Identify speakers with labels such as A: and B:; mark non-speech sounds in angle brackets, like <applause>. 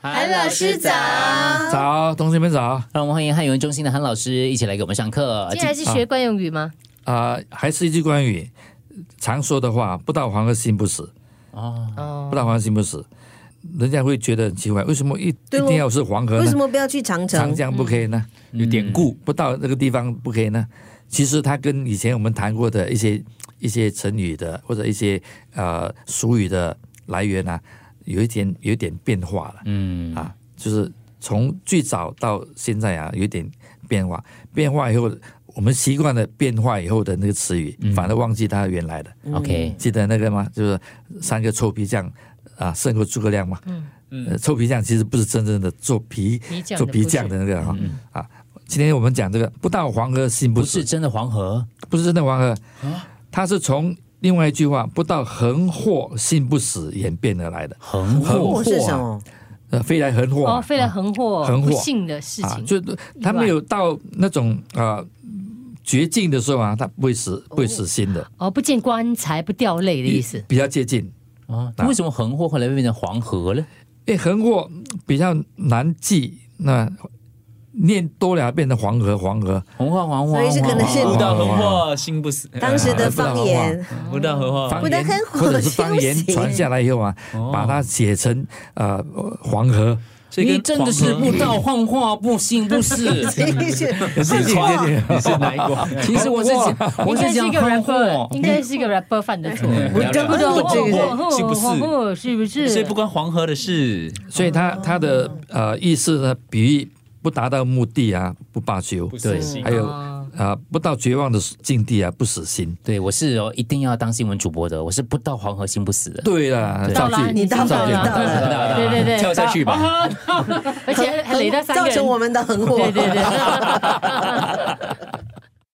A: 韩老师早，
B: 早，同学们早啊、
C: 呃让我们欢迎汉语文中心的韩老师一起来给我们上课。
A: 竟然是学惯用语吗？
B: 啊还是一句关于常说的话，不到黄河心不死，
C: 哦，
A: 哦
B: 不，到黄河心不死，人家会觉得很奇怪，为什么一一
D: 对哦
B: 定要是黄河
D: 为
B: 呢
D: 什？么不要去长城
B: 长？江不可以呢？有典故，不到那个地方不可以呢？其实它跟以前我们谈过的一些一些成语的或者一些呃俗语的来源啊，有一点有一点变化了。
C: 嗯，
B: 啊，就是从最早到现在啊，有一点变化。变化以后，我们习惯了变化以后的那个词语，
C: 嗯
B: 反而忘记它原来的。
C: OK
B: 记得那个吗？就是三个臭皮匠啊，胜过诸葛亮嘛。嗯嗯，臭皮匠其实不是真正的做皮
A: 皮匠
B: 做
A: 的
B: 皮匠的那个哈、啊。今天我们讲这个“不到黄河心
C: 嗯
B: 不
C: 不
B: 死
C: 是”，啊真的黄河，
B: 不是真的黄河，它是从另外一句话“不到横祸心不死”演变而来的。
C: 横
B: 祸
C: 祸
D: 我是什么？
B: 呃，飞来横祸嘛、
A: 哦，飞来横祸，
B: 啊横祸
A: 不幸的事
B: 啊
A: 情，，
B: 就他没有到那种啊绝境的时候啊，他不会死，不会死心的，
A: 哦，不见棺材不掉泪的意思
B: 比，比较接近。
C: 啊？为什么横祸后来会变成黄河呢？
B: 因为横祸比较难记，那念多了变成黄河，黄河
C: 红花黄花，
D: 所以是可能是
E: 不到横祸心不死，
D: 当时的
B: 呃不到
D: 方言，
E: 呃不到横
A: 哦
E: 祸，
B: 方言
D: 不得横
B: 或者是
D: 火
B: 方言
D: 修行
B: 传下来以后啊，把它写成呃黄河，
E: 所以
C: 你
E: 跟
C: 真的是
E: 黄
C: 不
E: 河
C: 到黄花不幸不死。
B: 写进
E: 你是哪一 <laughs> 国？
C: <laughs> 其实我是讲，我
A: 应该
C: 是
A: 是
C: 讲
A: 一个
C: 横祸
A: rapper，。应该是一个 rapper 犯的
B: <laughs>
A: 错，
E: 嗯了解
A: 不懂
E: 不懂是不是
A: 哦是不是？
E: 所以不关黄河的事，
B: 所以
A: 哦
B: 他他的呃意思呢，比喻不达到目的啊，不罢休，
E: 对
B: 还有
A: 哦
B: 啊、不到绝望的境地啊，不死心。
C: 对，我是哦，一定要当新闻主播的，我是不到黄河心不死的。
B: 对了，
A: 到啦，
B: 造句
A: 你到
B: 造
A: 了，
B: 句
A: 到
B: 造句
A: 了，对对对，
E: 跳下去吧。
A: 而且还累到三个
D: 造
A: 人
D: 成我们的横祸。
A: 对对对，